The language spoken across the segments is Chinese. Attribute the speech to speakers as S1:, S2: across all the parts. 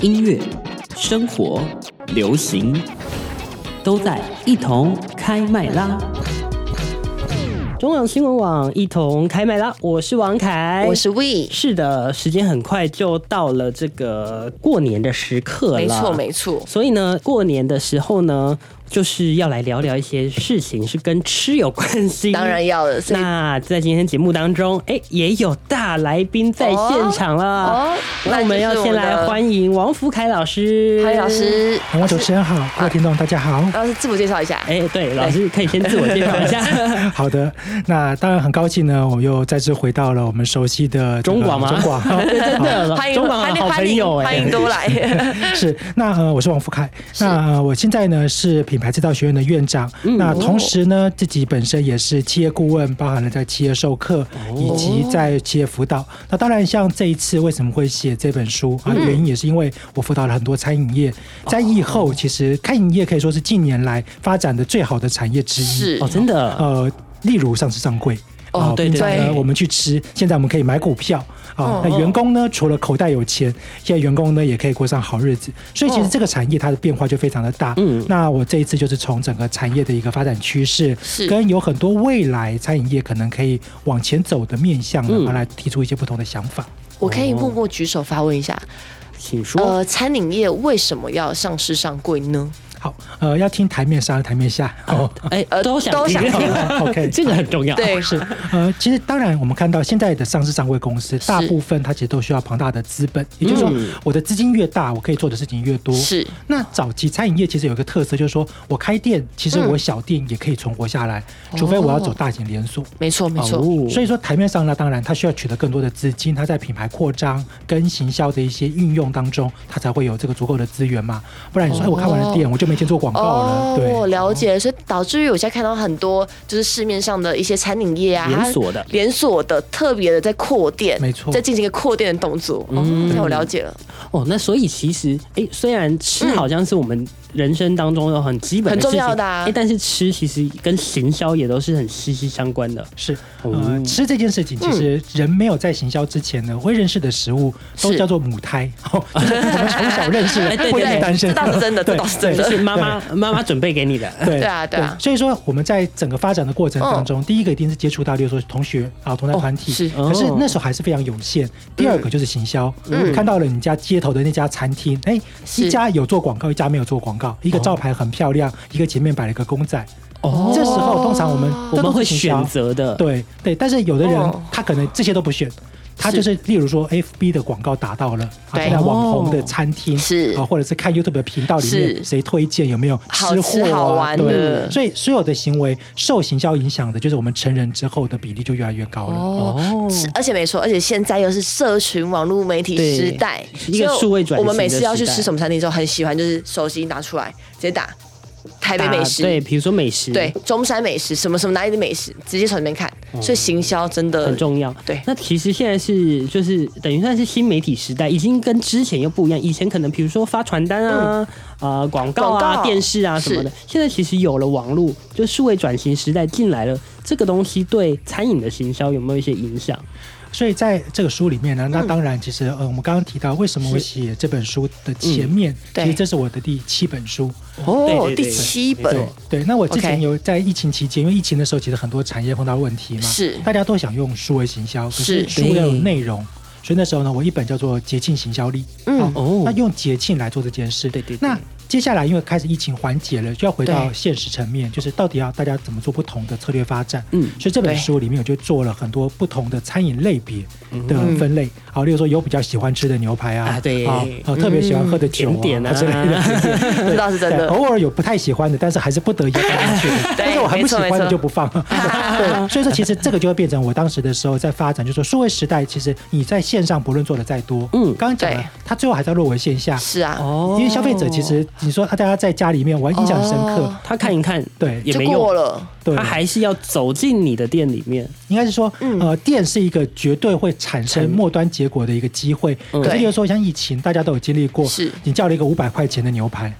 S1: 音乐、生活、流行，都在一同开麦啦！中广新闻网一同开麦啦！我是王凯，
S2: 我是 We。
S1: 是的，时间很快就到了这个过年的时刻了，
S2: 没错，没错。
S1: 所以呢，过年的时候呢，就是要来聊聊一些事情是跟吃有关系，
S2: 当然要了。所以
S1: 那在今天节目当中，哎、也有大来宾在现场了。
S2: 哦，
S1: 那我们要先来
S2: 迎
S1: 欢迎王福凯老师。
S2: 潘老。师，
S3: 两位主持人好，各位听众大家好。
S2: 老师自我介绍一下。
S1: 哎、对，老师可以先自我介绍一下。
S3: 好的，那当然很高兴呢，我们又再次回到了我们熟悉的这个
S1: 中广吗
S3: 中广
S1: 真的，
S2: 欢迎
S1: 中广
S2: 欢
S1: 的
S2: 迎
S1: 好
S2: 欢
S1: 朋
S2: 迎
S1: 友哎、
S2: 欢迎都来。
S3: 是。那呃，我是王福凯，那、呃、我现在呢是品牌制造学院的院长，那同时呢自己本身也是企业顾问，包含了在企业授课、以及在企业辅导。那当然，像这一次为什么会写这本书啊？原因也是因为我辅导了很多餐饮业，在疫后其实餐饮业可以说是近年来发展的最好的产业之一。
S2: 是
S1: 哦，，真的，
S3: 呃，例如上市上柜。
S2: 哦
S3: 啊
S1: 对
S3: 平常
S2: 对
S3: 呢，我们去吃，现在我们可以买股票啊
S2: 哦。
S3: 那员工呢，除了口袋有钱，现在员工呢也可以过上好日子。所以其
S2: 哦
S3: 实这个产业它的变化就非常的大。
S1: 嗯
S3: 那我这一次就是从整个产业的一个发展趋势，
S2: 是
S3: 跟有很多未来餐饮业可能可以往前走的面向呢，
S1: 嗯
S3: 而来提出一些不同的想法。
S2: 我可以默默举手发问一下，
S1: 请说。
S2: 呃，餐饮业为什么要上市上柜呢？
S3: 好，呃，要听台面上还是台面下？哦，
S1: 哎、
S2: 呃
S1: 都想
S2: 都想
S1: 听
S3: OK
S1: 这个很重要。
S2: 对，
S3: 是，呃，其实当然，我们看到现在的上市上柜公司，
S2: 是
S3: 大部分它其实都需要庞大的资本，也就是说
S1: 嗯，
S3: 我的资金越大，我可以做的事情越多。。
S2: 是
S3: 那早期餐饮业其实有一个特色，就是说我开店，其实
S2: 嗯哦
S3: 我小店也可以存活下来，除非我要走大型连锁。
S2: 没错，没错。
S1: 哦，
S3: 所以说，台面上呢，当然它需要取得更多的资金，它在品牌扩张跟行销的一些运用当中，它才会有这个足够的资源嘛。不然你说，哎，我开完了店，我就没钱做广告了。对，
S2: 我哦了解，
S1: 哦
S2: 所以导致于我现在看到很多就是市面上的一些餐饮业啊，
S1: 连
S2: 它
S1: 锁的
S2: 连锁的特别的在扩店，
S3: 没错
S2: 在进行一个扩店的动作。嗯，现在我了解了，
S1: 哦，那所以其实，哎、虽然吃
S2: 嗯
S1: 好像是我们人生当中有很基本的
S2: 很重
S1: 事情
S2: 要的啊
S1: 哎、但是吃其实跟行销也都是很息息相关的。
S3: 是，
S1: 哦
S3: 呃，吃这件事情，其
S2: 嗯
S3: 实人没有在行销之前呢，会认识的食物都
S2: 是
S3: 叫做母胎， 哦就是我 们从小认识
S1: 哎对对
S3: 的，或者
S1: 对
S3: 是单
S2: 这
S3: 身的，
S2: 倒是真的，这
S3: 对
S2: 倒是真
S1: 就
S2: 的。
S1: 是妈妈妈妈准备给你的。
S3: 对
S2: 对啊对啊嗯
S3: 所以说我们在整个发展的过程当中，第一个一定是接触到，例如说同学啊，同在团体，
S2: 哦是
S3: 可是那时候还是非常有限。第二个就是行销，
S2: 嗯
S3: 看到了你家街头的那家餐厅，哎，
S2: 是
S3: 一家有做广告，一家没有做广告，一个招牌很漂亮，一个前面摆了一个公仔，
S1: 哦
S3: 这时候通常我们
S1: 我
S3: 这
S1: 们
S3: 都
S1: 会
S3: 是行销
S1: 选择的。
S3: 对对，但是有的人、
S2: 哦
S3: 他可能这些都不选，他就是例如说 FB 的广告打到了，啊，
S2: 对哦
S3: 现在网红的餐厅
S2: 是
S3: 啊，或者是看 YouTube 的频道里
S2: 是
S3: 面谁推荐有没有
S2: 好
S3: 吃货
S2: 吃
S3: 啊，
S2: 好玩的
S3: 对，所以所有的行为受行销影响的，就是我们成人之后的比例就越来越高了。
S2: 哦，
S1: 嗯
S2: 是，而且没错，而且现在又是社群网络媒体
S1: 对
S2: 时代，
S1: 一个
S2: 所以
S1: 数位转
S2: 我们
S1: 型的
S2: 每次要去
S1: 时代
S2: 吃什么餐厅的时候，很喜欢就是手机拿出来直接打台北
S1: 打
S2: 美食，
S1: 对，比如说美食，
S2: 对，中山美食，什么什么哪里的美食，直接从里面看，所以行销真的
S1: 哦很重要。
S2: 对
S1: 那其实现在是就是等于算是新媒体时代，已经跟之前又不一样。以前可能比如说发传单啊、啊广告
S2: 嗯广告
S1: 啊、电视啊什么的，现在其实有了网络，就数位转型时代进来了，这个东西对餐饮的行销有没有一些影响？
S3: 所以在这个书里面呢，
S2: 嗯
S3: 那当然，其实呃，我们刚刚提到为什么我写这本书的前面，
S2: 嗯对
S3: 其实这是我的第七本书。
S1: 对
S2: 哦
S1: 对，
S2: 第
S1: 对
S2: 七本
S3: 对对，那我之
S2: OK
S3: 前有在疫情期间，因为疫情的时候，其实很多产业碰到问题嘛，
S2: 是
S3: 大家都想用数位行销，可
S2: 是
S3: 是食物要有
S1: 对
S3: 内容。所以那时候呢，我一本叫做《节庆行销力》，
S2: 嗯
S3: 啊
S1: 哦
S3: 那用节庆来做这件事，
S1: 对对对
S3: 那接下来因为开始疫情缓解了，就要回到
S2: 对
S3: 现实层面，就是到底要大家怎么做不同的策略发展。
S1: 嗯
S3: 所以这本
S2: 对
S3: 书里面我就做了很多不同的餐饮类别的分类，好，例如说有比较喜欢吃的牛排啊，
S1: 嗯啊对
S3: 啊，呃特别喜欢喝的酒
S1: 甜点啊
S3: 之类的甜点，
S2: 这倒是真
S3: 对，
S2: 的，。
S3: 偶尔有不太喜欢的，但是还是不得已要放进去的 但是我还不喜
S2: 没
S3: 欢
S2: 错没
S3: 的
S2: 错
S3: 就 不放。对，所以说其实这个就会变成我当时的时候在发展，就是说数位时代，其实你在线上不论做的再多，
S1: 嗯
S3: 刚刚讲
S2: 对
S3: 了，它最后还是要落回线下。
S2: 是啊，
S1: 哦
S3: 因为消费者其实你说啊大家在家里面，我还印象深刻
S2: 哦，
S1: 他看一看，
S3: 对
S1: 也
S2: 就
S1: 没用。
S2: 过了，
S3: 对
S1: 他还是要走进你的店里面。
S3: 应该是说，
S2: 嗯
S3: 呃，店是一个绝对会产生末端结果的一个机会。
S1: 嗯
S3: 可是，
S2: 对
S3: 比如说像疫情，大家都有经历过，
S2: 是
S3: 你叫了一个五百块钱的 牛排，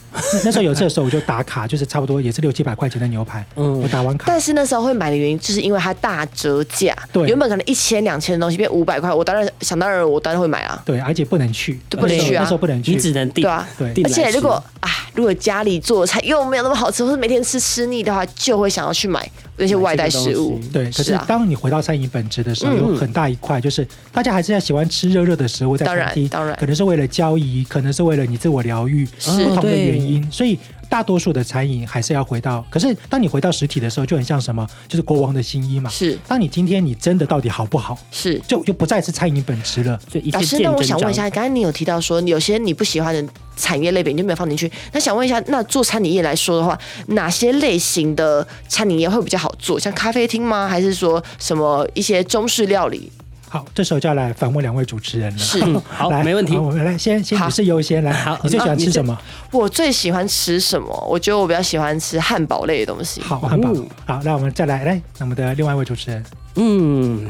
S3: 那时候有这个时候我就打卡，就是差不多也是六七百块钱的牛排，
S1: 嗯
S3: 我打完卡
S2: 但，是那时候会买的原因，就是因为它大折价。
S3: 对
S2: 原本可能一千两千的东西变五百块，我当然想当然，我当然会买啊。
S3: 对，而且不能去，
S2: 对不能
S3: 那时候
S2: 去啊
S3: 那时候不能去，
S1: 你只能订，
S2: 对啊
S3: 对
S1: 订
S2: 而
S1: 来吃
S2: 且如果啊，如果家里做的菜又没有那么好吃，或是每天吃吃腻的话，就会想要去买那些外带食
S1: 买这个
S2: 物
S1: 东西。
S3: 对，可
S2: 是
S3: 是
S2: 啊嗯
S3: 当你回到餐饮本质的时候，有很大一块就是大家还是在喜欢吃热热的食物，在
S2: 当然
S3: 餐厅，
S2: 当然
S3: 可能是为了交易，可能是为了你自我疗愈，
S2: 是
S3: 不同的
S1: 对
S3: 原因，所以。大多数的餐饮还是要回到，可是当你回到实体的时候，就很像什么，就是国王的新衣嘛。
S2: 是
S3: 当你今天你真的到底好不好，
S2: 是。
S3: 就就不再是餐饮本质了。
S1: 就一
S2: 老
S1: 切
S2: 师，
S1: 见
S2: 那我
S1: 真
S2: 想问一
S1: 章
S2: 下，刚才你有提到说有些你不喜欢的产业类别你就没有放进去，那想问一下，那做餐饮业来说的话，哪些类型的餐饮业会比较好做？像咖啡厅吗？还是说什么一些中式料理？
S3: 好，这时候就要来反问两位主持人了。
S2: 是
S1: 好
S3: 来，
S1: 没问题
S3: 好我们来先先
S2: 好
S3: 女士优先来。
S1: 好
S3: 你最
S1: 那
S3: 喜欢
S1: 你
S3: 吃
S1: 先
S3: 什么？
S2: 我最喜欢吃什么？我觉得我比较喜欢吃汉堡类的东西。
S3: 好，汉堡
S1: 哦。
S3: 好，那我们再来来我们的另外一位主持人，
S1: 嗯，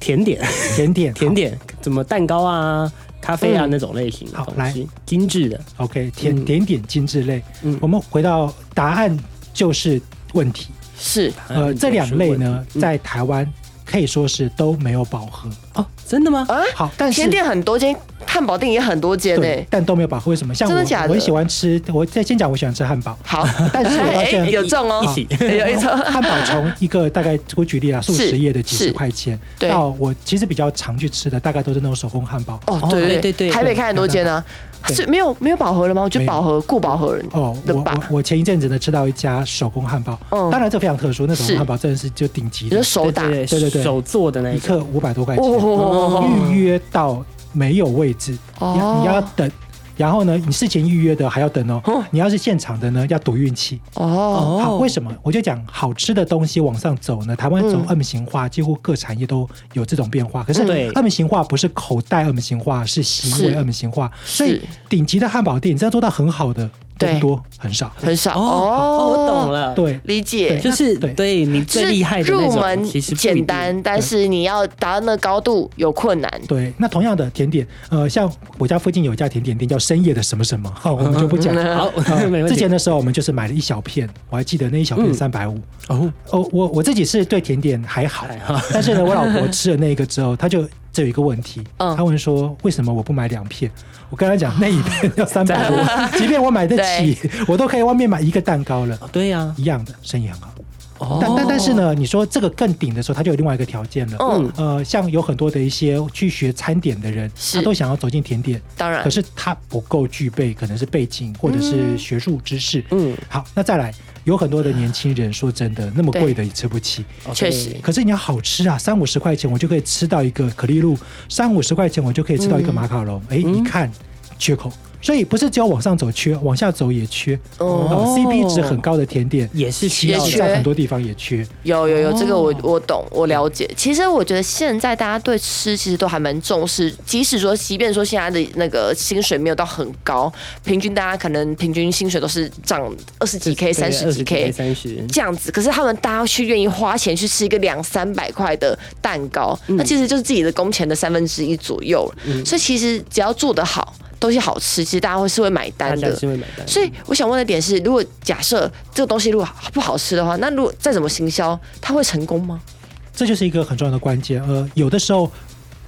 S1: 甜点，
S3: 甜点，
S1: 甜点，怎么蛋糕啊、咖啡
S2: 嗯
S1: 啊、那种类型的
S3: 好
S1: 东西，精致的，
S3: OK，甜
S1: 嗯
S3: 点点精致类。
S1: 嗯
S3: 我们回到答案就是问题。
S2: 是
S3: 呃，这两类呢，
S1: 嗯
S3: 在台湾可以说是都没有饱和。
S1: 哦，真的吗？
S2: 啊，
S3: 好，但是
S2: 甜点很多间，汉堡店也很多间
S3: 对
S2: 呢。，
S3: 但都没有饱和。为什么？像我，
S2: 真的假的哦
S3: 我很喜欢吃。我再先讲，我喜欢吃汉堡。
S2: 好，
S3: 但是
S1: 哎
S3: 我到现在
S2: 有中哦
S1: 一起，
S2: 有一哦种
S3: 汉堡从一个大概我举例 啊，素食业的几
S2: 是
S3: 十块钱，
S2: 对
S3: 到我其实比较常去吃的，大概都是那种手工汉堡。
S2: 哦
S1: 哦，
S2: 对
S1: 对对对
S2: 台北开很多间啊，
S3: 对
S2: 是没有没有饱和了吗？我觉
S3: 没
S2: 得
S3: 有
S2: 饱和顾饱和人
S3: 哦，
S2: 的
S3: 我我
S2: 吧。
S3: 我前一阵子呢吃到一家手工汉堡，
S2: 嗯
S3: 当然这非常特殊，那手
S2: 是
S3: 工汉堡真的是就顶级
S2: 你
S3: 的
S2: 说，手打，
S1: 对嗯
S3: 对对对
S1: 手做的那
S3: 一
S1: 一
S3: 克五百多块钱。
S2: 哦，
S3: 预约到没有位置，你要你要等。然后呢，你事前预约的还要等哦。
S2: 哦
S3: 你要是现场的呢，要赌运气。
S2: 哦，
S1: 哦
S3: 好，为什么？我就讲好吃的东西往上走呢，台湾走
S2: 嗯
S3: M 型化，几乎各产业都有这种变化。可是
S1: 对
S3: M 型化不是口袋 M 型化，是行为
S2: 是
S3: M 型化。所以
S2: 是
S3: 顶级的汉堡店，你真的做到很好的，
S2: 对
S3: 人多很少。
S2: 很
S1: 哦
S2: 少
S1: 哦，我懂，了，，
S3: 对，
S2: 理解。
S1: 就是
S3: 对
S1: 对你最厉害的那
S2: 入
S1: 种，
S2: 门
S1: 其实不一定
S2: 简单，但是你要达到那个高度有困难。
S3: 对，那同样的甜点，呃，像我家附近有一家甜点店叫深夜的什么什么，好，我们就不
S2: 嗯
S3: 讲。
S1: 好，
S2: 哦
S1: 没问
S3: 之前
S1: 题。
S3: 的时候，我们就是买了一小片，我还记得那一小片
S1: 嗯
S3: 三百五。
S1: 哦，
S3: 哦，我我自己是对甜点还好，但是呢，我老婆吃了那个之后，她就这有一个问题，
S2: 嗯
S3: 她问说为什么我不买两片？我跟她讲那一片要三百多， 即便我买得起，我都可以外面买一个蛋糕了，
S1: 对呀，
S3: 一样的生意很好。
S1: 哦
S3: 但但但是呢，你说这个更顶的时候，它就有另外一个条件了。
S2: 嗯，
S3: 呃，像有很多的一些去学餐点的人，
S2: 是
S3: 他都想要走进甜点，
S2: 当
S1: 哎
S2: 然
S3: 可是他不够具备可能是背景或者是学术知识。
S1: 嗯，
S3: 好，那再来，有很多的年轻人，说真的，那么
S2: 对
S3: 贵的也吃不起。
S2: 确实
S3: 可是你要好吃啊，三五十块钱我就可以吃到一个可丽露，三五十块钱我就可以吃
S1: 嗯
S3: 到一个马卡龙。哎、一看缺口，所以不是只有往上走缺，往下走也缺。
S2: 哦
S3: 哦，CP 值很高的甜点
S1: 也是需
S3: 其
S1: 要
S3: 实
S1: 的
S2: 也缺
S3: 在很多地方也缺。
S2: 有有有，这个我
S1: 哦
S2: 我懂，我了解。其实我觉得现在大家对吃其实都还蛮重视，即使说，即便说现在的那个薪水没有到很高，平均大家可能平均薪水都是涨二十几 K、三十几 K
S1: 三十，
S2: 这样子，可是他们大家去愿意花钱去吃一个两三百块的蛋糕，那其实就是自己的工钱的三分之一左右了。所以其实只要做得好，东西好吃，其实大家会是会买
S1: 大
S2: 单
S1: 家
S2: 的。
S1: 是会买单。
S2: 所以我想问的点是，如果假设这个东西如果不好吃的话，那如果再怎么行销，它会成功吗？
S3: 这就是一个很重要的关键。呃，有的时候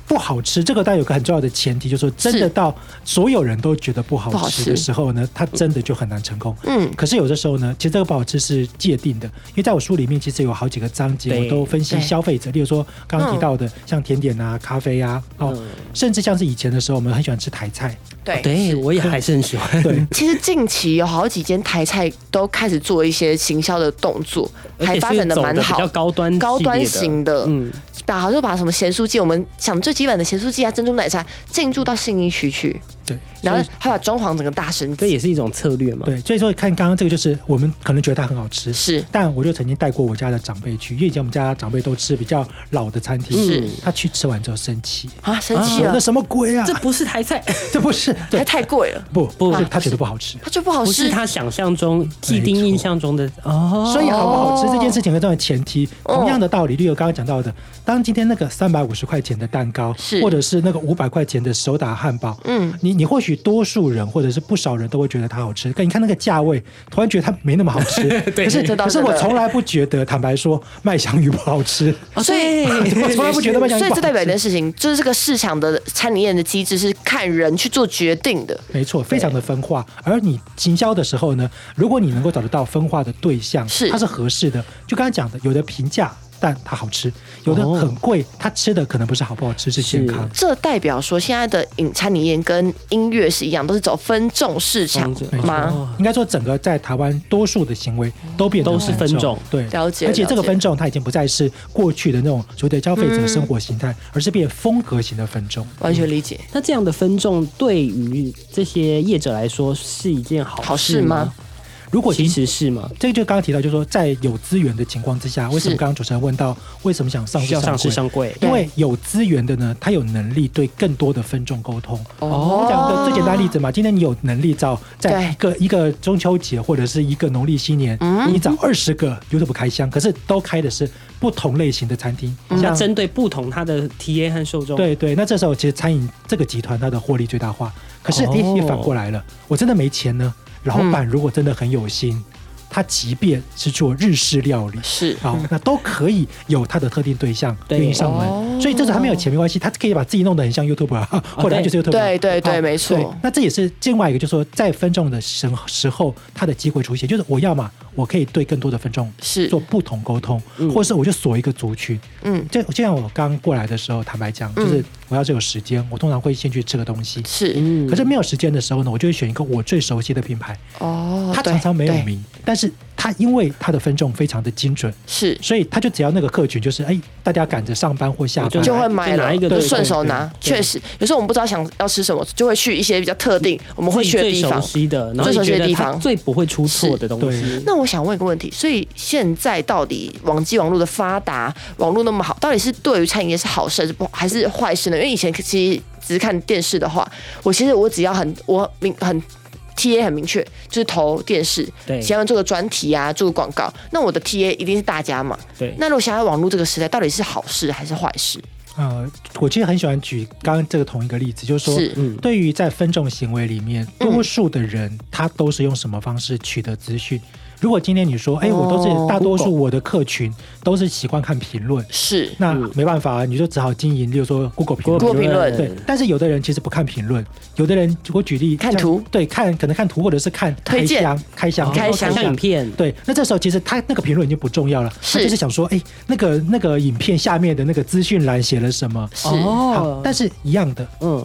S3: 不好吃，这个当然有个很重要的前提，就是说真的
S2: 是
S3: 到所有人都觉得不
S2: 不
S3: 好
S2: 好
S3: 吃的
S2: 吃
S3: 时候呢，它真的就很难成功。
S2: 嗯，
S3: 可是有的时候呢，其实这个不好吃是界定的，因为在我书里面其实有好几个章节，
S1: 对
S3: 我都分析
S2: 对
S3: 消费者，例如说刚刚
S2: 嗯
S3: 提到的、像甜点啊、咖啡啊，哦，
S1: 嗯
S3: 甚至像是以前的时候，我们很喜欢吃台菜，
S2: 哦对
S1: 对，我也还是很喜 欢。
S3: 对，
S2: 其实近期有好几间台菜都开始做一些行销的动作，
S1: 而
S2: 还
S1: 且
S2: 发
S1: 是
S2: 展的
S1: 走
S2: 蛮
S1: 的比
S2: 好
S1: 较。高端
S2: 高
S1: 系
S2: 端
S1: 列的，
S2: 型的，
S1: 嗯，
S2: 把好像把什么咸酥鸡，我们想最基本的咸酥鸡啊、珍珠奶茶进驻到信义区去。
S3: 对
S2: 然后还把装潢整个大升
S1: 这
S2: 级，
S1: 也是一种策略嘛。
S3: 对，所以说看刚刚这个就是我们可能觉得它很好吃，
S2: 是
S3: 但我就曾经带过我家的长辈去，因为以前我们家长辈都吃比较老的餐厅，
S2: 是
S3: 他去吃完之后生气，
S2: 啊，生气
S3: 啊
S2: 了
S3: 那，什么鬼啊
S1: 这？不是台菜，
S3: 这不是，
S2: 还
S3: 对，
S2: 太贵了，
S3: 不不，
S1: 不
S3: 是他觉得不好吃。
S2: 它就不好
S1: 不
S2: 吃
S1: 是。他想象中、既定印象中的哦。
S3: 所以好不好吃这件事情很重要的前提，
S2: 哦
S3: 同样的道理，例如刚刚讲到的，当今天那个三百五十块钱的蛋糕
S2: 是，
S3: 或者是那个五百块钱的手打汉堡，
S2: 嗯，
S3: 你你或许多数人或者是不少人都会觉得它好吃，但你看那个价位，突然觉得它没那么好吃。
S1: 对
S3: 可是
S2: 这倒
S3: 可是
S2: 真的
S3: 我从来不觉得，坦白说，麦香鱼不好吃。
S1: 哦
S2: 所以
S1: 对
S3: 我从来不觉得麦香鱼
S2: 所以
S3: 不好吃。
S2: 这代表一件事情，就是这个市场的餐饮业的机制是看人去做决定的。
S3: 没错，非常的分化。而你行销的时候呢，如果你能够找得到分化的对象，
S2: 是
S3: 它是合适的。就刚才讲的，有的平价，但它好吃；有的
S1: 哦
S3: 很贵，它吃的可能不是好不好吃，是健康。
S2: 这代表说，现在的饮餐饮业跟音乐是一样，都是走分众市场
S1: 分
S3: 没
S1: 众
S3: 错
S2: 吗？
S3: 应该说，整个在台湾多数的行为都变成
S1: 哦都是分众
S3: 对，
S2: 了解
S3: 而且这
S2: 了
S3: 个
S2: 解
S3: 分众，它已经不再是过去的那种所谓的消费者生活
S1: 嗯
S3: 形态，而是变风格型的分众。
S2: 完全理解。
S1: 那这样的分众对于这些业者来说是一件好
S2: 好事
S1: 事
S2: 吗
S1: 吗？？
S3: 如果
S1: 其
S3: 今
S1: 实是吗？
S3: 这个就刚刚提到，就是说在有资源的情况之下，为什
S2: 是
S3: 么刚刚主持人问到为什么想上市
S1: 需要上市
S3: 柜
S1: 上柜，
S2: 嗯
S3: 因为有资源的呢，他有能力对更多的分众沟通。
S2: 哦
S3: 我讲个最简单的例子嘛，今天你有能力找在
S2: 对嗯
S3: 一个一个中秋节或者是一个农历新年，你找二十个 YouTube 开箱，可是都开的是不同类型的餐厅，
S1: 那针对不同他的 TA 和
S2: 嗯
S1: 受众，，
S3: 对对，那这时候其实餐饮这个集团它的获利最大化。可是
S1: 哦
S3: 诶，也反过来了，我真的没钱呢。老
S2: 嗯
S3: 板如果真的很有心，他即便是做日式料理，
S2: 是
S3: 好，哦那都可以有他的特定对象
S1: 对
S3: 愿意上门，
S2: 哦
S3: 所以这时候他没有钱没关系，他可以把自己弄得很像 YouTube 啊， 或者他就是 YouTube。
S2: 对对对
S3: 好
S2: 没错
S3: 对那这也是另外一个，就是说在分众的时时候，他的机会出现，就是我要嘛，我可以对更多的分众
S2: 是
S3: 做不同沟通，或是我就锁一个族群。
S2: 嗯，
S3: 就就像我刚过来的时候，坦白讲，就是我要是有时间，我通常会先去吃个东西。
S2: 是
S1: 嗯
S3: 可是没有时间的时候呢，我就会选一个我最熟悉的品牌，
S2: 哦，
S3: 它
S2: 对
S3: 常常没有
S2: 对
S3: 名，但是它因为它的分众非常的精准，
S2: 是
S3: 所以他就只要那个客群，就是哎，大家赶着上班或下
S1: 我就
S3: 班，
S2: 就会买
S1: 就
S2: 了，
S1: 拿一个
S2: 就
S1: 对
S2: 顺手拿。
S3: 对对
S2: 确实，有时候我们不知道想要吃什么，就会去一些比较特定我们会去的
S1: 最
S2: 地
S1: 熟
S2: 方。
S1: 悉的，然后
S2: 最熟
S1: 你
S2: 悉的
S1: 觉得
S2: 地
S1: 他
S2: 方
S1: 最不会出错的东
S3: 是
S1: 西。
S2: 那我想问一个问题，所以现在到底网际网络的发达，网络那么好，到底是对于餐饮业是好事还是不还是坏事呢？因为以前其实只是看电视的话，我其实我只要很我明很 T A 很明确，就是投电视，
S1: 对
S2: 想要做个专题啊，做个广告，那我的 T A 一定是大家嘛。
S1: 对，
S2: 那如果想在网络这个时代，到底是好事还是坏事？
S3: 呃，我其实很喜欢举刚刚这个同一个例子，就是说，
S2: 是
S1: 嗯
S3: 对于在分众行为里面，
S2: 嗯
S3: 多数的人他都是用什么方式取得资讯？如果今天你说，哎，我都
S2: 哦
S3: 是大多数我的客群都是习惯看评论，
S2: 是
S3: 那没办法啊，你就只好经营，例如说 Google 评论。
S2: Google 评论
S3: 对，但是有的人其实不看评论，有的人我举例
S2: 看
S3: 像
S2: 图
S3: 对，看可能看图或者是看
S2: 推
S3: 开
S2: 荐
S3: 箱、开箱、
S2: 开
S1: 想
S2: 箱
S1: 哦象影片，
S3: 对，那这时候其实他那个评论已经不重要了，
S2: 是
S3: 他就是想说，哎、那个那个影片下面的那个资讯栏写了什么？
S2: 是
S3: 好，但是一样的，
S1: 嗯，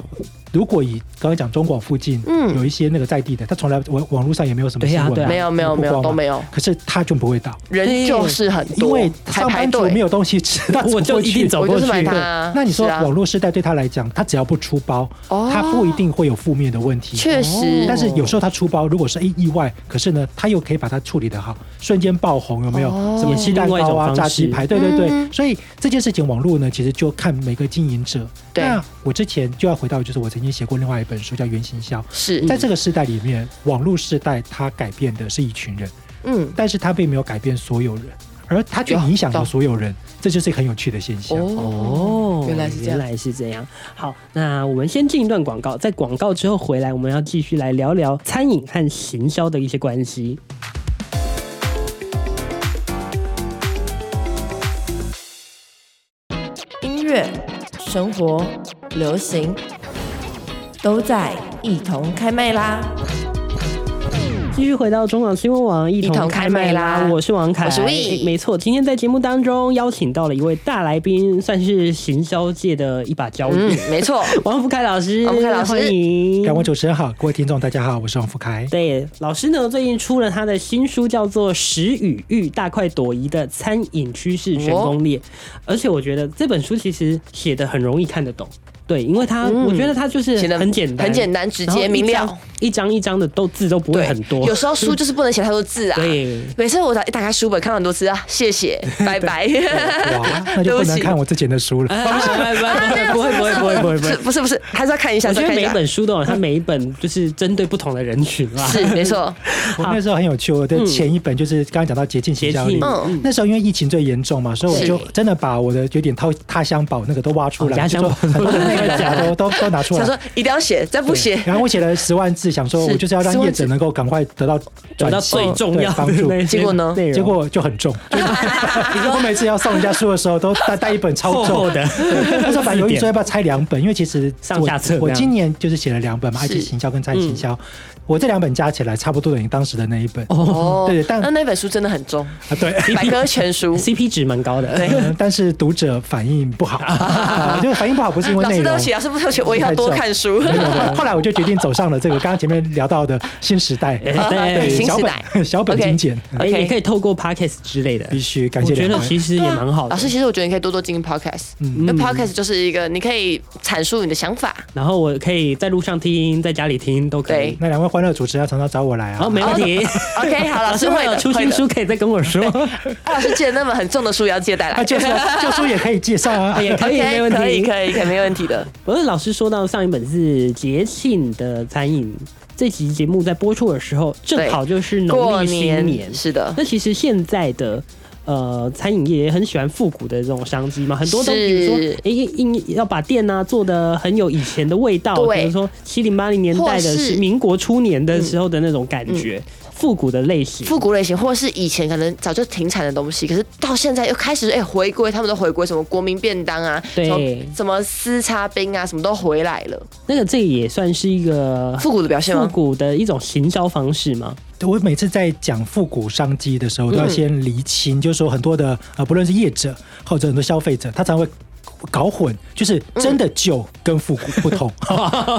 S3: 如果以刚刚讲中广附近，
S2: 嗯
S3: 嗯，有一些那个在地的，他从来网网络上也没有什么
S1: 对
S3: 新
S1: 呀
S3: 闻嘛，
S1: 对啊
S2: 没有没有没有都没有，
S3: 可是他就不会到，
S2: 人
S1: 对
S2: 就是很多，
S3: 哦因为
S2: 还
S3: 上
S2: 排
S3: 班族
S2: 队
S3: 没有东西吃，他
S1: 我
S3: 怎么
S1: 就
S3: 会
S1: 一定
S3: 去
S1: 走
S2: 我
S1: 过
S2: 就
S1: 去
S2: 是。买它
S1: 对
S2: 啊。
S3: 那你说
S2: 是啊
S3: 网络时代对他来讲，他只要不出包，
S2: 哦
S3: 他不一定会有负面的问题。
S2: 确实
S3: 但是有时候他出包，如果是哎意外，可是呢，他又可以把它处理得好，瞬间爆红，有没有？
S2: 哦
S3: 什么鸡蛋
S1: 也是另
S3: 糕
S1: 外一
S3: 啊、
S1: 种方式
S3: 炸鸡排，对对对。
S2: 嗯
S3: 所以这件事情，网络呢，其实就看每个经营者。
S2: 对
S3: 那我之前就要回到，就是我曾经写过另外一本书叫《原行销》，
S2: 是
S3: 在这个时代里面，网络时代它改变的是一群人，
S2: 嗯
S3: 但是它并没有改变所有人，而它却
S2: 有
S3: 影响
S2: 懂
S3: 了所有人，这就是很有趣的现象。
S1: 哦，
S2: 原来是这
S1: 原
S2: 样
S1: 来是这样。好，那我们先进一段广告，在广告之后回来，我们要继续来聊聊餐饮和行销的一些关系。
S4: 音乐、生活、流行，都在一同开麦啦！
S1: 继续回到中广新闻网，一
S2: 一同
S1: 同
S2: 开
S1: 开
S2: 麦
S1: 麦
S2: 啦
S1: 啦！我是王凯，
S2: 我是 Wee
S1: 诶没错，今天在节目当中邀请到了一位大来宾，算是行销界的一把交椅。
S2: 嗯，没错，
S1: 王福凯老师，
S2: 王福凯老师
S1: 欢迎。
S3: 两位主持人好，各位听众大家好，我是王福 凯。
S1: 对，老师呢最近出了他的新书，叫做《食与欲大快朵颐的餐饮趋势全攻略》，而且我觉得这本书其实写的很容易看得懂，对，因为它、我觉得它就是
S2: 显得
S1: 很简单，
S2: 很简单直接
S1: 然后一
S2: 明了
S1: 张，一张一张的都字都不会
S2: 对，
S1: 很多，
S2: 有时候 书就是不能写太多字啊。
S1: 对
S2: 每次我打一打开书本看到很多字啊，谢谢， 拜拜。
S3: 哇，那就不能看我之前的书了。
S1: 哎不会不会不会不会不会不
S2: 是
S1: 会。
S2: 不是不是，还是要看一 下，
S1: 我觉
S2: 再
S1: 得
S2: 看一
S1: 每一
S2: 下。
S1: 本书都有，它每一本就是针对不同的人群啦。
S2: 是没错，
S3: 我那时候很有趣，我的前一本就是刚刚讲到节庆行销
S1: 嗯
S3: 力
S1: 节庆，
S2: 嗯
S3: 那时候因为疫情最严重嘛，所以我
S2: 是
S3: 就真的把我的有点掏他乡宝那个都挖出
S1: 哦
S3: 来，
S1: 压箱
S3: 就
S1: 宝
S3: 很 多那个假 都都都拿出
S2: 想
S3: 来。
S2: 说一定要写，再不写
S3: 然后我写了十万字，想说
S2: 是
S3: 我就是要让业者能够赶快得到
S1: 找
S3: 转
S1: 到
S3: 型
S1: 最重
S3: 对
S1: 要
S3: 帮
S1: 的
S3: 助
S1: 那。些
S2: 结果呢
S1: 内容
S3: 结果 就很重，就是我每次要送人家书的时候，都带带一本超
S1: 厚
S3: 重
S1: 厚的
S3: 对那时候本来犹豫说要不要拆两本，因为其实
S1: 上
S3: 我
S1: 下册这
S3: 我
S1: 样嗯
S3: 今年就是写了两本嘛，
S2: 是
S3: 爱情行销跟餐饮行销，我这两本加起来差不多等于当时的那一本。哦，
S2: 哦
S3: 对但
S2: 那那本书真的很重，
S3: 啊对。
S2: 百科 全书。
S1: CP 值蛮高 的，哎
S3: 嗯但是读者反应 不好，啊就是反应不好不是因为
S2: 老
S3: 内
S2: 师对
S3: 容
S2: 不。起，老师对不起，我以后多看书。
S3: 没有的后来我就决定走上了这个刚刚前面聊到的新 时代，
S1: 对
S2: 哎新
S3: 小
S2: 时代
S3: 本 小本
S2: OK
S3: 精简，
S1: 哎，
S2: OK
S1: 你可以透过 Podcast 之类的，
S3: 必须感
S1: 我
S3: 谢
S1: 觉
S3: 两
S1: 得
S3: 位。
S1: 其实也蛮好的
S2: 老。师，其实我觉得你可以多多经营 podcast，因为
S1: 嗯
S2: podcast 就是一个你可以阐述你的想 法。
S1: 然后我可以在路上听，在家里听都可以
S2: 对。
S3: 那两位欢乐主持人常常找我来啊
S2: 哦
S1: 好，，没问题。
S2: OK，好，老
S1: 老
S2: 师
S1: 师会
S2: 会
S1: 有
S2: 的，
S1: 出
S2: 会
S1: 新
S2: 的。
S1: 书可以再跟我 说，，
S2: 啊老师借那本很重的书也要借带来
S3: 啊，。旧书旧书也可以介绍啊
S2: 哎
S1: 哎也可以，没
S2: OK，
S1: 问
S2: 可以，
S1: 题。
S2: 可以，可以，没问题的。
S1: 不是老师说到上一本是节庆的餐饮，这期节目在播出的时候，正好就是农
S2: 过
S1: 历新年
S2: 年。是的，
S1: 那其实现在的。呃，餐饮业也很喜欢复古的这种商机嘛，很多都比如说，
S2: 是
S1: 诶，硬要把店呢、做的很有以前的味道，
S2: 对
S1: 比如说七零八零年代的
S2: 或是嗯
S1: 民国初年的时候的那种感觉，复古的类型。
S2: 复古类型，或者是以前可能早就停产的东西，可是到现在又开始哎、回归，他们都回归什么国民便当啊，
S1: 对
S2: 什么什么丝叉冰啊，什么都回来了。
S1: 那个这也算是一个
S2: 复古的表现
S1: 复
S2: 吗？
S1: 古的一种行销方式嘛。
S3: 我每次在讲复古商机的时候，都要先厘清，就是说很多的呃，不论是业者或者很多消费者，他常会。搞混就是
S2: 嗯
S3: 真的旧跟复古不同，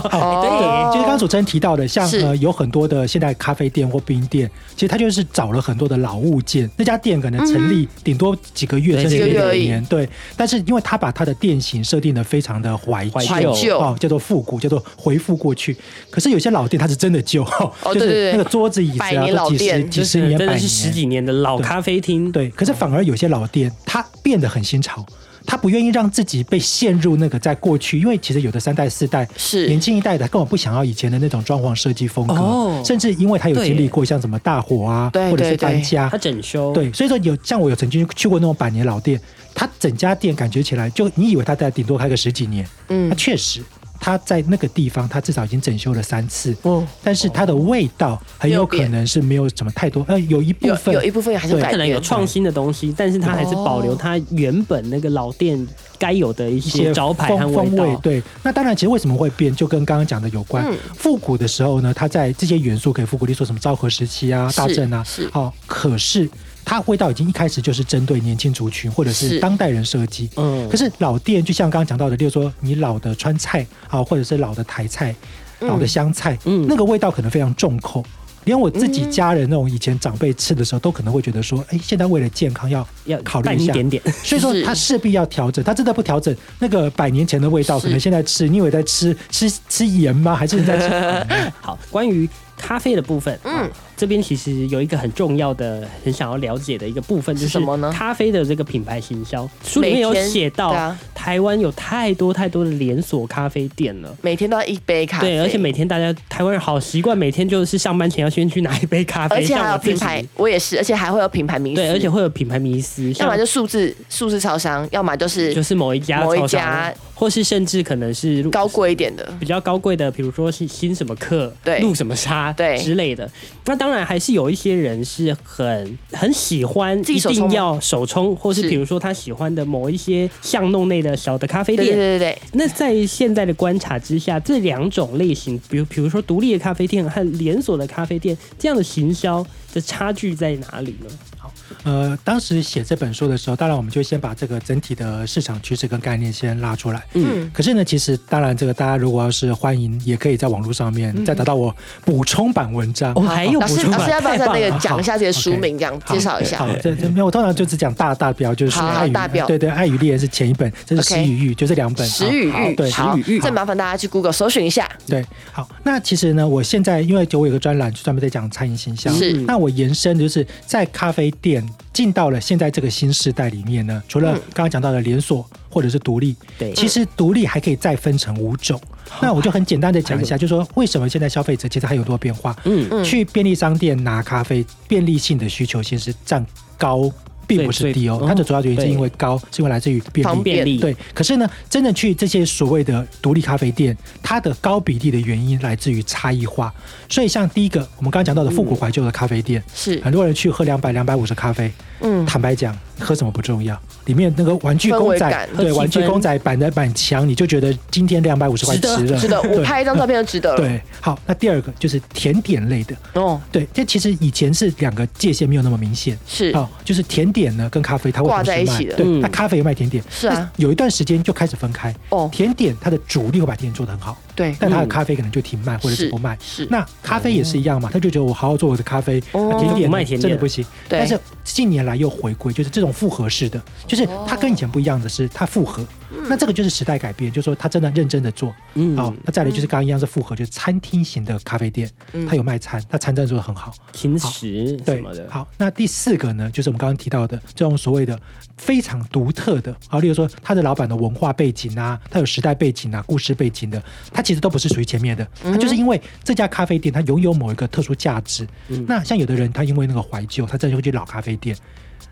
S2: 哦
S3: 就是刚刚主持人提到的，像
S2: 是
S3: 呃有很多的现在咖啡店或冰店，其实它就是找了很多的老物件，那家店可能成
S2: 嗯
S3: 立顶多几个月
S1: 对
S3: 甚
S1: 几个
S3: 至一
S1: 月
S3: 两
S2: 而已
S3: 年，对，但是因为他把他的店型设定的非常的怀旧，
S1: 怀旧
S3: 哦，叫做复古，叫做回复过去。可是有些老店它是真的旧，
S2: 哦
S3: 就
S2: 对对
S3: 是
S2: 对
S3: 那个桌子椅子
S2: 百
S3: 啊，
S2: 年
S3: 都
S2: 老
S3: 几十
S2: 店
S3: 几十年、
S1: 真
S3: 百
S1: 的
S3: 年，
S1: 是十几年的老咖啡厅，
S3: 对。可是反而有些老店，它变得很新潮。他不愿意让自己被陷入那个在过去，因为其实有的三代四代
S2: 是
S3: 年轻一代的，他根本不想要以前的那种装潢设计风格，
S1: 哦
S3: 甚至因为他有
S1: 对
S3: 经历过像什么大火啊，
S2: 对
S3: 或者是
S2: 对对
S3: 搬家
S1: 它，整修，
S3: 对，所以说有像我有曾经去过那种百年老店，它整家店感觉起来就你以为它在顶多开个十几年，
S2: 嗯
S3: 它确实它在那个地方它至少已经整修了三次，
S2: 哦
S3: 但是它的味道很有
S2: 没有
S3: 可
S2: 变
S3: 能是没有什么太多，呃，有一部
S2: 有
S3: 分
S2: 有一部分还是
S3: 对
S2: 改
S1: 可能有
S2: 变，
S1: 创新的东西，但是它还是保
S2: 哦
S1: 留它原本那个老店该有的一
S3: 一些
S1: 些招牌和
S3: 风风
S1: 味
S3: 味
S1: 道。
S3: 对，那当然，其实为什么会变，就跟刚刚讲的有关。
S2: 嗯
S3: 复古的时候呢，它在这些元素可以复古，例如说什么昭和时期啊、
S2: 是
S3: 大正啊，
S2: 是
S3: 好、可是它味道已经一开始就是针对年轻族群或者是
S2: 是
S3: 当代人设计。
S1: 嗯
S3: 可是老店就像刚刚讲到的，例如说你老的川菜啊，或者是老的台菜、老的湘菜，
S1: 嗯
S3: 那个味道可能非常重口。连我自己家人那种以前长辈吃的时候，都可能会觉得说，哎，现在为了健康要
S1: 要
S3: 考虑
S1: 淡
S3: 一
S1: 一
S3: 下，
S1: 点点，
S3: 所以说
S2: 是
S3: 它势必要调整，它真的不调整，那个百年前的味道，
S2: 是
S3: 可能现在吃，你以为在吃吃吃盐吗？还是你在吃？
S1: 好，关于咖啡的部分，嗯、
S2: 嗯
S1: 这边其实有一个很重要的、很想要了解的一个部分，就是
S2: 是什么呢
S1: 咖啡的这个品牌行销，书里面有
S2: 每天
S1: 写到，
S2: 对啊
S1: 台湾有太多太多的连锁咖啡店了。
S2: 每天都要一杯咖啡，
S1: 对，而且每天大家台湾人好习惯，每天就是上班前要先去拿一杯咖啡，
S2: 而且
S1: 像
S2: 还有
S1: 我自
S2: 品
S1: 己
S2: 牌，我也是，而且还会有品牌名词，
S1: 对，而且会有品牌迷思，
S2: 要
S1: 像
S2: 么就数字数字超商，要么就是
S1: 就是某一家
S2: 某一
S1: 超商
S2: 家，
S1: 或是甚至可能是路
S2: 高贵一点的，
S1: 比较高贵的，比如说是新什么课，
S2: 对
S1: 录什么沙，
S2: 对
S1: 之类的。那当然还是有一些人是很很喜欢，
S2: 自己
S1: 一
S2: 手
S1: 定
S2: 冲吗
S1: 要手冲，或是
S2: 是
S1: 比如说他喜欢的某一些巷弄内的小的咖啡
S2: 对对
S1: 店。
S2: 对对对，
S1: 那在现在的观察之下，这两种类型，比如比如说独立的咖啡店和连锁的咖啡店，这样的行销的差距在哪里呢？好，
S3: 呃，当时写这本书的时候，当然我们就先把这个整体的市场趋势跟概念先拉出来。
S2: 嗯，
S3: 可是呢，其实当然这个大家如果要是欢迎，也可以在网络上
S2: 嗯
S3: 面再找到我补充版文章。
S1: 哦，还有
S2: 老
S1: 补
S2: 师
S1: 充
S2: 老
S1: 版
S2: 师要不要
S1: 太
S2: 在
S1: 棒
S2: 那个
S1: 了
S2: 讲一下这些书名，这样
S3: 好
S2: 介绍一下
S3: 好？，这这没有，我通常就只讲大大标，就是
S2: 好
S3: 爱与
S2: 大标
S3: 对对，爱与猎人是前一本，这是
S2: OK
S3: 食与欲，就这两本。
S2: 石宇
S3: 好好
S2: 玉，
S3: 对，
S2: 好
S1: 石宇玉，
S2: 再麻烦大家去 Google 搜寻一下。
S3: 对，好，那其实呢，我现在因为就我有个专栏，就专门在讲餐饮形象。
S2: 是
S1: 嗯
S3: 那我延伸就是在咖啡店进到了现在这个新时代里面呢，除了
S1: 嗯
S3: 刚刚讲到的连锁或者是独立，
S1: 对
S3: 其实独立还可以再分成五种。那我就很简单的讲一下，就说为什么现在消费者其实还有很多变化。
S1: 嗯
S2: 嗯
S3: 去便利商店拿咖啡，便利性的需求其实占高。并不是低哦，
S1: 最最
S3: 它的主要原因是
S1: 对
S3: 因为高，是因为来自于便利
S2: 方便
S1: 便利，
S3: 对，可是呢，真的去这些所谓的独立咖啡店，它的高比例的原因来自于差异化。所以，像第一个我们刚刚讲到的复古怀旧的咖啡店，
S2: 是，
S3: 很多人去喝两百、两百五十咖啡。
S2: 嗯，
S3: 坦白讲，喝什么不重要，里面那个玩具公
S2: 氛围感
S3: 仔，
S1: 和
S3: 对，
S1: 气
S3: 玩具
S1: 氛
S3: 公仔板的板墙，你就觉得今天两百五十块
S1: 值得
S3: 值了，
S2: 值得，我
S3: 对
S2: 拍一张照片就值得了。
S3: 对，好，那第二个就是甜点类的，
S2: 哦，
S3: 对，这其实以前是两个界限没有那么明显，
S2: 是
S3: 哦，就是甜点呢跟咖啡它会
S2: 挂
S3: 同
S2: 在
S3: 时
S2: 一
S3: 卖
S2: 起的，
S3: 对，
S1: 嗯
S3: 那咖啡也卖甜点，
S2: 是啊，
S3: 有一段时间就开始分开，
S2: 哦，
S3: 甜点它的主力会把甜点做得很好，
S2: 对，
S3: 但它的
S1: 嗯
S3: 咖啡可能就停卖或者是不卖。
S2: 嗯是，
S3: 那咖啡也是一样嘛，他就觉得我好好做我的咖啡，啊
S2: 哦
S3: 那甜
S1: 就
S3: 点
S1: 不卖甜点
S3: 真的不行。
S2: 对
S3: 但是近年来又回归，就是这种复合式的，就是
S2: 哦
S3: 它跟以前不一样的是它复合。
S2: 嗯
S3: 那这个就是时代改变，就是说他真的认真的做。
S1: 嗯
S3: 好，那再来就是刚刚一样是复合，就是餐厅型的咖啡店，
S2: 嗯
S3: 它有卖餐，它餐真的做的很好。
S1: 平时什
S3: 对
S1: 么的，，
S3: 好，那第四个呢，就是我们刚刚提到的这种所谓的非常独特的，好，例如说他的老板的文化背景啊，他有时代背景啊、故事背景的，它其实都不是属于前面的，
S1: 嗯
S3: 它就是因为这家咖啡店它拥有某一个特殊价值。那像有的人他因为那个怀旧，他真的会去老咖啡店。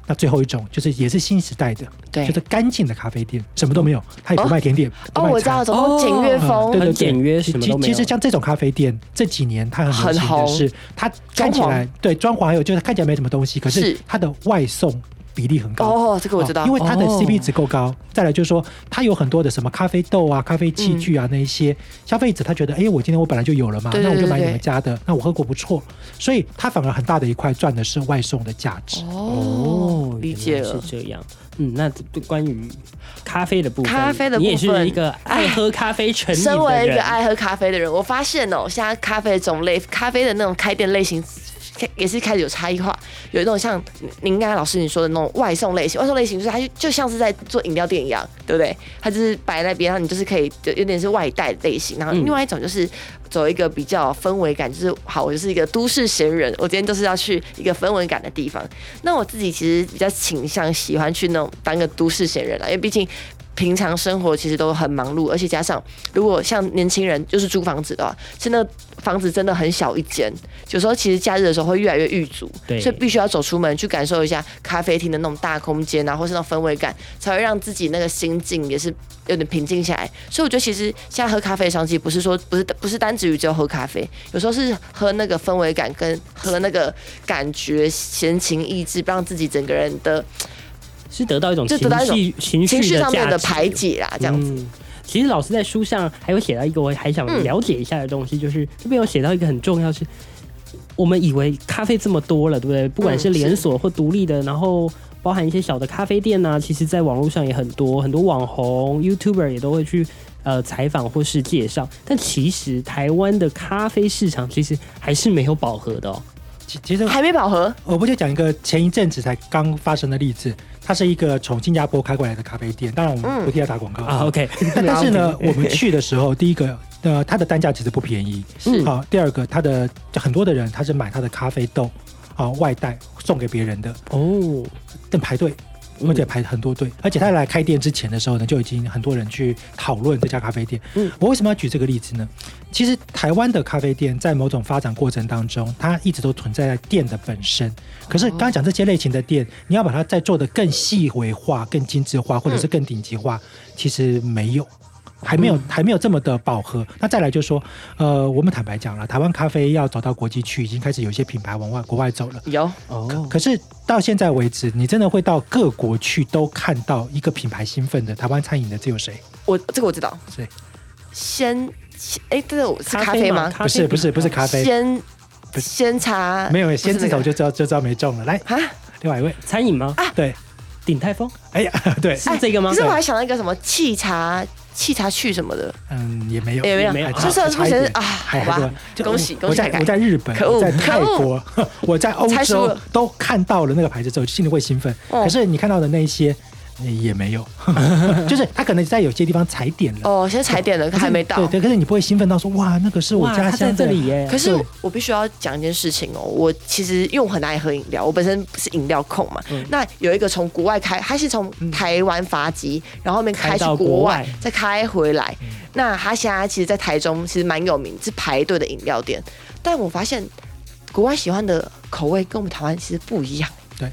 S3: 那最后一种就是也是新时代的，
S2: 对
S3: 就是干净的咖啡店，什么都没有，他也不卖甜点，不
S2: 哦，
S3: 卖
S2: 我知道，
S3: 茶
S2: 怎么
S1: 哦
S2: 简约
S3: 啊对
S2: 风，
S3: 对对，
S1: 很简约
S3: 其
S1: 什么都没有
S3: 其实像这种咖啡店，这几年它很流行的
S2: 很
S3: 是，它看起来对装潢还有就是看起来没什么东西，可是
S2: 是
S3: 它的外送。比例很高
S2: 哦这个我知道
S3: 因为它的
S1: 哦
S3: CP 值够高。再来就是说，它有很多的什么咖啡豆啊、咖啡器具啊、那一些，消费者他觉得，哎，我今天我本来就有了嘛，
S2: 对
S3: 那我
S2: 对
S3: 就买
S2: 对
S3: 你们家的，那我喝过不错，所以它反而很大的一块赚的是外送的价值。
S1: 哦，
S2: 理
S1: 原来
S2: 解了
S1: 是这样。嗯，那对关于咖啡的部分，
S2: 咖啡的部
S1: 你
S2: 分哎
S1: 也是一个爱喝咖啡成瘾
S2: 身
S1: 的
S2: 为一
S1: 人
S2: 个，爱喝咖啡的人，我发现哦，现在咖啡的种类，咖啡的那种开店类型。开也是开始有差异化，有一种像您刚才老师你说的那种外送类型，外送类型就是它就就像是在做饮料店一样，对不对？它就是摆在那边，然后你就是可以就有点是外带类型，然后另外一种就是走一个比较氛围感，就是好，我就是一个都市闲人，我今天就是要 去一个氛围感的地方。那我自己其实比较倾向喜欢去那种当个都市闲人啦，因为毕竟平常生活其实都很忙碌，而且加上如果像年轻人就是租房子的话，是那个房子真的很小一间，有时候其实假日的时候会越来越狱足，
S1: 对
S2: 所以必须要走出门去感受一下咖啡厅的那种大空间啊，或是那种氛围感，才会让自己那个心境也是有点平静下来。所以我觉得其实现在喝咖啡的商机不是说不是不是单止于只有喝咖啡，有时候是喝那个氛围感跟喝那个感觉闲情逸致，让自己整个人的
S1: 是得到一种
S2: 就
S1: 情
S2: 得到一种
S1: 绪情
S2: 情绪
S1: 绪
S2: 上面的
S1: 价值
S2: 排解啦，这样子。
S1: 嗯其实老师在书上还有写到一个我还想
S2: 嗯
S1: 了解一下的东西，就是这边有写到一个很重要是，我们以为咖啡这么多了，对不对？不管是连锁或独立的，然后包含一些小的咖啡店呢、啊其实在网络上也很多，很多网红、YouTuber 也都会去呃采访或是介绍。但其实台湾的咖啡市场其实还是没有饱和的哦。
S3: 其其实
S2: 还没饱和，
S3: 我不就讲一个前一阵子才刚发生的例子，它是一个从新加坡开过来的咖啡店，当然我
S2: 嗯
S3: 们不替它打广告、
S1: 啊，OK，
S3: 但但是呢，我们去的时候，第一个，呃，它的单价其实不便宜。
S2: 是
S3: 好、第二个，它的很多的人他是买它的咖啡豆，啊、外带送给别人的，
S1: 哦，
S3: 但排队。而且排很多队，而且他来开店之前的时候呢，就已经很多人去讨论这家咖啡店。
S1: 嗯
S3: 我为什么要举这个例子呢？其实台湾的咖啡店在某种发展过程当中，它一直都存在在店的本身。可是刚刚讲这些类型的店，你要把它再做得更细微化、更精致化，或者是更顶级化，其实没有。还没有还没有这么的饱和。那再来就说，呃，我们坦白讲了，台湾咖啡要走到国际去，已经开始有一些品牌往外国外走了。
S2: 有
S1: 哦，
S3: 可是到现在为止，你真的会到各国去都看到一个品牌兴奋的台湾餐饮的，只有谁？
S2: 我这个我知道，
S3: 谁？
S2: 先哎，这个我是咖啡
S1: 啡
S2: 吗
S1: 嘛？
S3: 不是不是不是咖啡，
S2: 先先茶
S3: 没有，先
S2: 不是
S3: 自
S2: 那
S3: 首
S2: 个
S3: 就知道就知道没中了。来，
S2: 啊，
S3: 另外一位，
S1: 餐饮吗？
S3: 对，
S1: 鼎泰丰
S3: 哎呀， 对，
S1: 是这个吗哎
S2: 可？是我还想到一个什么沏茶、沏茶去什么的，
S3: 嗯，也没有，
S2: 也没有
S1: 没有
S2: 这
S3: 差
S2: 是
S3: 差一
S2: 不是
S3: 点
S2: 啊
S3: 还
S2: 好吧
S3: 还多就
S2: 恭喜
S3: 我
S2: 恭喜
S3: 我
S2: 凯
S3: 在
S2: 凯
S3: 我在日本，
S2: 可恶
S3: 我在泰国， 我在欧
S2: 猜输
S3: 洲
S2: 了
S3: 都看到了那个牌子之后，心里会兴奋。
S2: 哦
S3: 可是你看到的那一些呃也没有， 就是他可能在有些地方踩点了，
S2: 哦，现在踩点了，
S3: 可是
S2: 还没到
S3: 对。对，可是你不会兴奋到说哇，那个是我
S1: 哇
S3: 家
S1: 他在
S3: 乡的
S1: 这里耶
S2: 可是
S3: 对
S2: 我必须要讲一件事情哦，我其实因为我很爱喝饮料，我本身是饮料控嘛。那有一个从国外开，他是从台湾发机，然后后面开去
S1: 开到
S2: 国
S1: 国
S2: 外
S1: 外，
S2: 再开回来。那他现在其实，在台中其实蛮有名，是排队的饮料店。但我发现国外喜欢的口味跟我们台湾其实不一样。
S3: 对，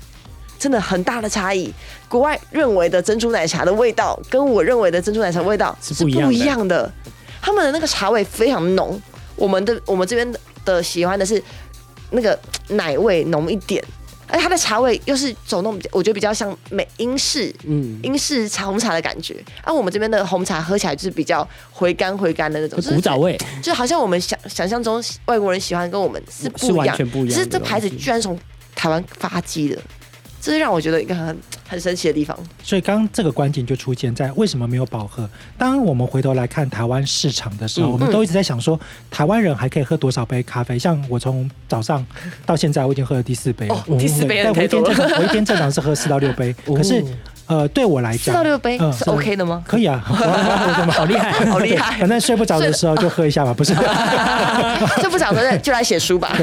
S2: 真的很大的差异。国外认为的珍珠奶茶的味道，跟我认为的珍珠奶茶味道
S1: 是
S2: 是
S1: 不一样
S2: 不
S1: 的
S2: 一样的。他们的那个茶味非常浓，我们的我们这边的喜欢的是那个奶味浓一点，而它的茶味又是走那种比较，我觉得比较像美英式
S1: 嗯，
S2: 英式茶红茶的感觉。啊，我们这边的红茶喝起来就是比较回甘回甘的那种，就是
S1: 古早味，
S2: 就好像我们想想象中外国人喜欢跟我们是不一
S1: 是完
S2: 样，
S1: 全不一样的
S2: 只是这牌子
S1: 东西
S2: 居然从台湾发迹的，这是让我觉得一个很很神奇的地方。
S3: 所以刚刚这个关键就出现在为什么没有饱和？当我们回头来看台湾市场的时候，
S1: 嗯
S3: 我们都一直在想说，台湾人还可以喝多少杯咖啡？像我从早上到现在，我已经喝了第四杯了。
S2: 哦第四杯也
S3: 对我
S2: 太
S3: 一
S2: 多了
S3: 天正常，我一天正常是喝四到六 杯。
S1: 哦
S3: 可是，呃，对我来讲，
S2: 四到六杯
S3: 嗯
S2: 是 OK 的吗？
S3: 可以 啊，
S1: 好厉害，
S2: 哦好厉害
S3: 反！正睡不着的时候就喝一下吧，不是？
S2: 这不想说，就来写书吧。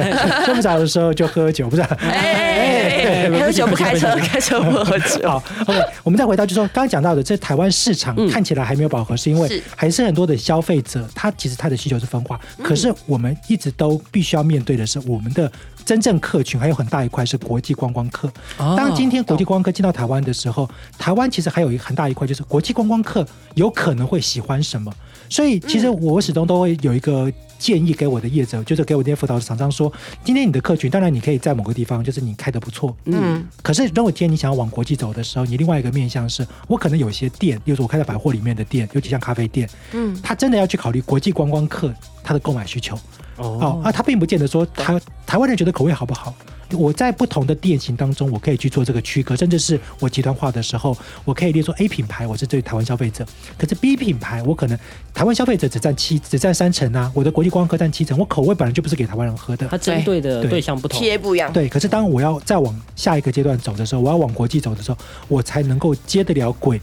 S3: 睡不着的时候就喝酒，不是？
S2: 哎，喝酒不开车，开车不喝酒。
S3: 好，OK，我们再回到就说刚刚讲到的，这台湾市场看起来还没有饱和，是因
S2: 是
S3: 为还是很多的消费者，他其实他的需求是分化，可是我们一直都必须要面对的是我们的真正客群，还有很大一块是国际观光客。
S1: 哦
S3: 当今天国际观光客进到台湾的时候，台湾其实还有一个很大一块就是国际观光客有可能会喜欢什么，所以其实我始终都会有一个。建议给我的业者，就是给我这些辅导厂商说，今天你的客群，当然你可以在某个地方，就是你开的不错，
S2: 嗯，
S3: 可是，如果今天你想要往国际走的时候，你另外一个面向是，我可能有些店，例如说我开在百货里面的店，尤其像咖啡店，
S2: 嗯，
S3: 它真的要去考虑国际观光客他的购买需求。哦，
S1: 哦，
S3: 啊，它并不见得说台台湾人觉得口味好不好。我在不同的店型当中，我可以去做这个区隔，甚至是我集团化的时候，我可以列出 A 品牌，我是对台湾消费者，可是 B 品牌我可能台湾消费者只占七，只占三成啊，我的国际观光客占七成，我口味本来就不是给台湾人喝的
S1: 它。针对的
S3: 对
S1: 对象不同，
S2: 贴不一样。
S3: 对，可是当我要再往下一个阶段走的时候，我要往国际走的时候，我才能够接得了轨。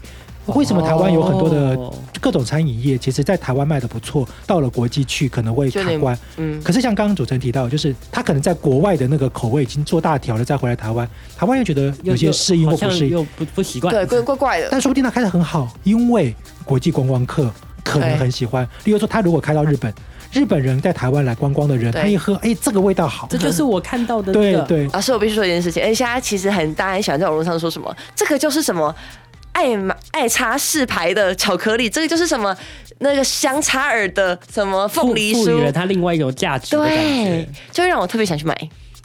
S3: 为什么台湾有很多的
S1: 哦
S3: 各种餐饮业，其实在台湾卖的不错，到了国际去可能会
S2: 就
S3: 卡
S2: 有点
S3: 关。
S2: 嗯，
S3: 可是像刚刚主持人提到，就是他可能在国外的那个口味已经做大条了，再回来台湾，台湾又觉得有些适应或
S1: 好
S3: 不
S1: 像
S3: 适应，
S1: 又不不习惯，
S2: 对，怪怪怪的。
S3: 但说不定他开的很好，因为国际观光客可能很喜欢。例如说，他如果开到日本，日本人在台湾来观光的人，
S2: 对
S3: 他一喝，哎，这个味道好
S1: 这，就是我看到的那
S3: 对
S1: 个，
S3: 对，
S2: 老师，我必须说一件事情，哎，现在其实很大家很喜欢在网络上说什么，这个就是什么。爱马爱茶士牌的巧克力，这个就是什么那个香茶耳的什么
S1: 赋
S2: 凤梨
S1: 赋予
S2: 酥
S1: 了，它另外一种价值的感
S2: 对
S1: 觉，，
S2: 就会让我特别想去买。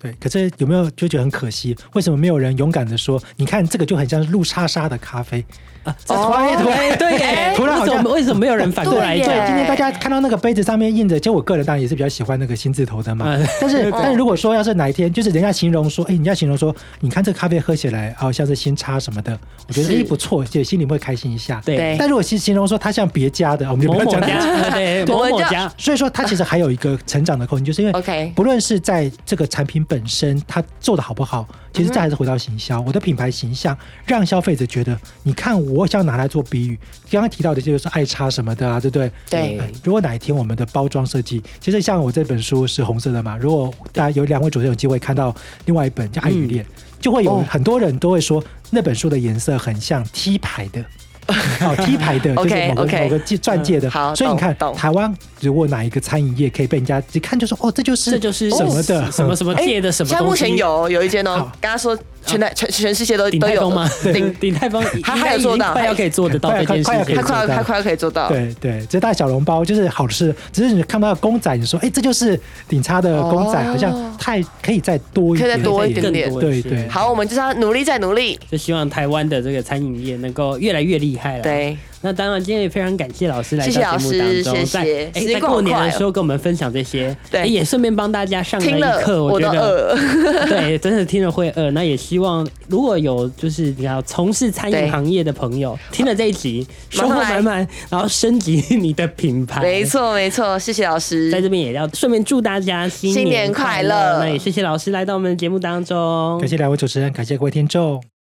S3: 对，可是有没有就觉得很可惜？为什么没有人勇敢的说，你看这个就很像是露莎莎的咖啡？
S1: 啊，
S2: 哦
S1: 对对
S2: 哎
S1: 耶，
S3: 突然好
S1: 为
S3: 像
S1: 什么为什么没有人反过来
S2: 对耶
S1: 讲？
S3: 今天大家看到那个杯子上面印着，其实我个人当然也是比较喜欢那个新字头的嘛。
S1: 嗯
S3: 但是，
S1: 对
S3: 但是如果说要是哪一天，就是人家形容说，哎，人家形容说，你看这咖啡喝起来，好、像是新插什么的，我觉得
S2: 是
S3: 哎不错，就心里会开心一下。
S1: 对
S2: 对
S3: 但如果是形容说它像别家的，我们就
S1: 某
S3: 不要
S1: 某
S3: 讲
S1: 家，呃对
S2: 我
S1: 某
S2: 们
S1: 某
S2: 就
S1: 家，
S3: 所以说，它其实还有一个成长的空间，就是因为
S2: OK
S3: 不论是在这个产品本身它做的好不好，其实这还是回到行
S2: 嗯
S3: 销，我的品牌形象让消费者觉得，你看我想拿来做比喻，刚刚提到的就是爱插什么的啊，对不对？
S2: 对
S3: 呃如果哪一天我们的包装设计，其实像我这本书是红色的嘛，如果大家有两位主持人有机会看到另外一本叫《爱与恋》，就会有
S2: 哦
S3: 很多人都会说那本书的颜色很像 T 牌的。 哦，T 牌的，就是
S2: OK，
S3: 某个
S2: OK
S3: 某个界钻戒的，
S2: 嗯好
S3: 所以你
S2: 懂
S3: 看，
S2: 懂
S3: 台湾如果哪一个餐饮业可以被人家一看就说，哦，这就是
S1: 这就是
S3: 什么的
S1: 什么什么
S2: 哎
S1: 界的什么
S2: 现在目
S1: 东西
S2: 前有有一间哦
S3: 好，
S2: 刚刚说全台全全世界都
S1: 鼎
S2: 都
S1: 泰
S2: 有
S1: 丰吗？
S2: 顶
S1: 鼎鼎泰丰
S2: 他
S1: 应该
S2: 还有
S1: 已
S2: 做
S1: 经
S2: 到
S1: 快要可以做得到
S3: 哎快
S1: 这件
S3: 快
S1: 事
S3: 要可以
S1: 情
S2: 他
S3: 做
S1: 了。
S2: 快要
S3: 到
S2: 他快要可以做到，
S3: 对对，这大小笼包就是好事，只是你看到公仔，你说，哎，这就是顶叉的公仔，
S2: 哦
S3: 好像太可以再多一
S2: 可以
S3: 点，
S2: 再多一点
S1: 更
S2: 点
S1: 多
S3: 对
S1: 是
S3: 对
S2: 好，我们就是要努力再努力，
S1: 就希望台湾的这个餐饮业能够越来越厉害了。，
S2: 对，
S1: 那当然，今天也非常感谢老师来
S2: 谢谢
S1: 到节目当中，
S2: 老
S1: 在
S2: 师谢谢
S1: 哎
S2: 时
S1: 在过
S2: 光好
S1: 年
S2: 快
S1: 的
S2: 哦
S1: 时候跟我们分享这些，
S2: 对
S1: 哎也顺便帮大家上
S2: 听
S1: 啊一
S2: 了
S1: 课。
S2: 我
S1: 觉
S2: 都
S1: 得
S2: 饿了。
S1: 对，真的听了会饿。那也希望如果有就是你要从事餐饮
S2: 对
S1: 行业的朋友，听了这一集收获
S2: 马上来
S1: 满满，然后升级你的品牌。
S2: 没错，没错，谢谢老师，
S1: 在这边也要顺便祝大家新
S2: 新
S1: 年
S2: 年快
S1: 乐。
S2: 乐
S1: 那也谢谢老师来到我们的节目当中，
S3: 感谢两位主持人，感谢各位听众。